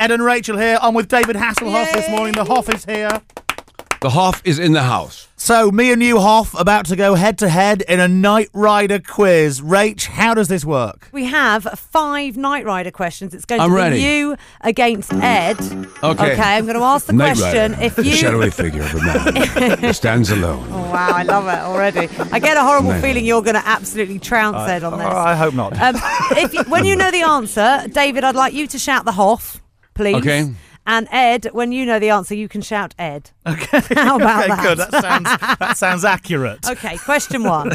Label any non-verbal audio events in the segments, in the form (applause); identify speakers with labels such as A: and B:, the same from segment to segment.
A: Ed and Rachel here. I'm with David Hasselhoff this morning. The Hoff is here.
B: The Hoff is in the house.
A: So, me and you, Hoff, about to go head to head in a Night Rider quiz. Rach, how does this work?
C: We have five Night Rider questions. It's going
B: I'm
C: to be
B: ready.
C: you against Ed.
B: Okay.
C: I'm going to ask the
B: Knight
C: question.
B: Rider,
C: If
B: the
C: you.
B: (laughs) shadowy figure of a man who stands alone.
C: Oh, wow, I love it already. I get a horrible
B: Man.
C: feeling you're going to absolutely trounce Ed on this.
A: Oh, I hope not.
C: Um, if you, when you know the answer, David, I'd like you to shout the Hoff, please.
B: Okay.
C: And Ed, when you know the answer, you can shout Ed. Okay. (laughs) How
A: (laughs) (laughs)
C: about
A: okay,
C: that?
A: good. That sounds, that sounds accurate.
C: Okay, question
B: (laughs)
C: one.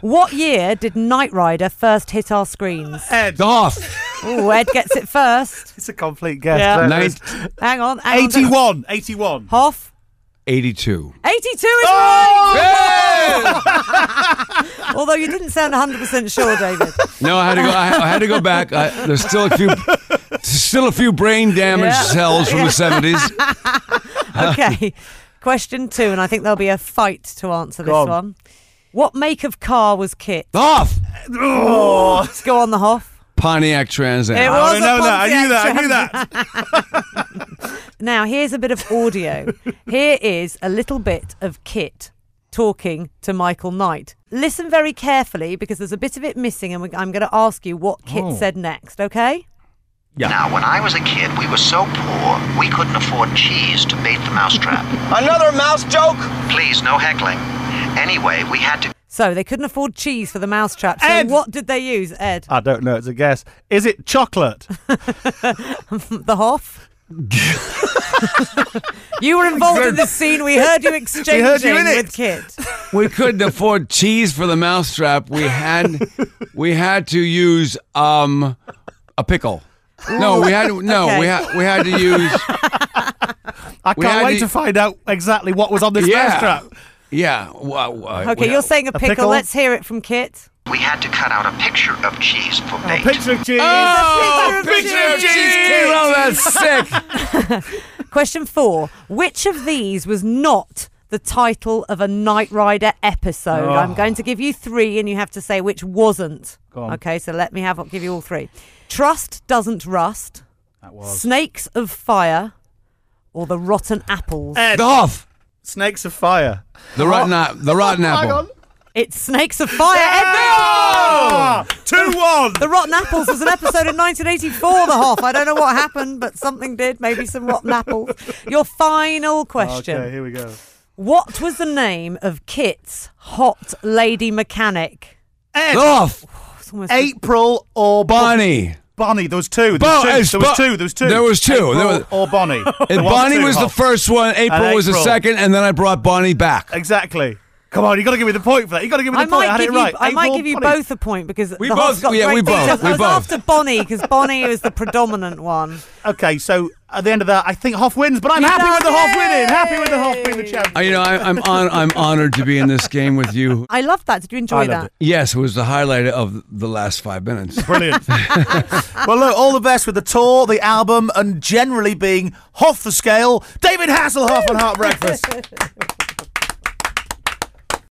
C: what year did Knight Rider first hit our screens?
A: Ed,
B: The Hoff.
C: Ooh, Ed gets it first.
A: it's a complete guess.
C: Yeah.
A: There it
B: Nine-
A: is.
C: Hang on. hang on.
A: 81. 81.
C: Hoff.
B: 82.
C: 82 is
A: Oh!
C: right!
B: Hey!
C: Although you didn't sound 100%
A: (laughs)
C: sure, David.
B: No, I had to go. I, I had to go back. I, there's still a few, still a few brain damaged
C: Yeah.
B: cells from the 70s.
C: Okay. Question two, and I think there'll be a fight to answer this
A: Go on.
C: one. What make of car was Kit?
B: The Hoff.
C: Let's go on the Hoff.
B: Pontiac Trans
C: It
B: Am.
A: Oh! I
C: was
A: don't
C: a
A: know that. I knew that. I
C: Pontiac
A: knew that.
C: Now, here's a bit of audio. Here is a little bit of Kit talking to Michael Knight. Listen very carefully because there's a bit of it missing, and we- I'm going to ask you what Kit
A: Oh.
C: said next, okay?
D: Now, when I was a kid, we were so poor, we couldn't afford cheese to bait the mousetrap.
E: Another mouse joke?
D: Please, no heckling. Anyway, we had to
C: So they couldn't afford cheese for the mousetrap. So
A: Ed!
C: what did they use, Ed?
A: I don't know. It's a guess. Is it chocolate?
C: The
A: (laughs)
C: Hoff. you were involved in the scene. We heard you exchanging
A: heard you in it.
C: with
A: (laughs)
C: Kit.
B: We couldn't afford cheese for the mousetrap. We had, we had to use um, a pickle. No, we had no.
C: Okay.
B: We had we had to use.
A: I
B: We
A: can't
B: had
A: wait
B: the-
A: to find out exactly what was on this
B: Yeah.
A: mousetrap.
B: Yeah. wa- wa-
C: Okay,
B: we-
C: you're saying a pickle.
A: pickle?
C: Let's hear it from Kit.
D: we had to cut out a picture of cheese for bait.
A: Picture of cheese.
C: Picture
B: Oh,
C: of
B: picture of
C: cheese.
B: cheesecake. Oh, (laughs) that's sick.
C: Question four: Which of these was not the title of a Knight Rider episode?
A: Oh.
C: I'm going to give you three, and you have to say which wasn't. Okay, so let me have give you all three. Trust doesn't rust. That was. Snakes of fire, or the rotten apples.
A: Eh.
B: The Hoff.
A: Snakes of fire.
B: The rotten, a- the rotten apple.
C: it's snakes of fire. Edmund!
A: Ah, 2 1.
C: The Rotten Apples was an episode in 1984, The Hoff. I don't know what happened, but something did. Maybe some rotten apples. Your final question.
A: Okay, here we go.
C: What was the name of Kit's hot lady mechanic?
A: Ed,
B: The Hoff.
C: It's almost-
A: April or Bonnie?
B: Bonnie.
A: Bonnie, there was two. There,
B: Bo-
A: was,
B: it's
A: two. there was
B: Bo-
A: two. There was two.
B: There was two.
A: April
B: There was-
A: or Bonnie.
B: And
A: There was
B: Bonnie
A: two,
B: was the
A: Hoff.
B: first one. April, was the
A: April.
B: second, and then I brought Bonnie back.
A: Exactly. Come on, you got to give me the point for that. You got to give me the
C: I
A: point. I
C: might
A: had
C: give
A: it
C: you.
A: right.
C: I might
A: April,
C: give you
A: Bonnie.
C: both a point because
B: We
C: the Hoff's
B: both-
C: got
B: yeah,
C: great
B: we both,
C: details.
B: we
C: I was
B: both.
C: after Bonnie because Bonnie was the predominant one.
A: Okay, so at the end of that, I think Hoff wins, but I'm
C: You
A: happy
C: done
A: with the Hoff
C: it!
A: winning. Happy with the Hoff being the champion.
B: Uh, you know, I, I'm on, I'm honored to be in this game with you.
C: I loved that. Did you
A: I
C: enjoy
A: loved
C: that?
A: it.
B: Yes, it was the highlight of the last five minutes.
A: Brilliant. (laughs) well, look, all the best with the tour, the album, and generally being Hoff the scale. David Hasselhoff on Heart Breakfast.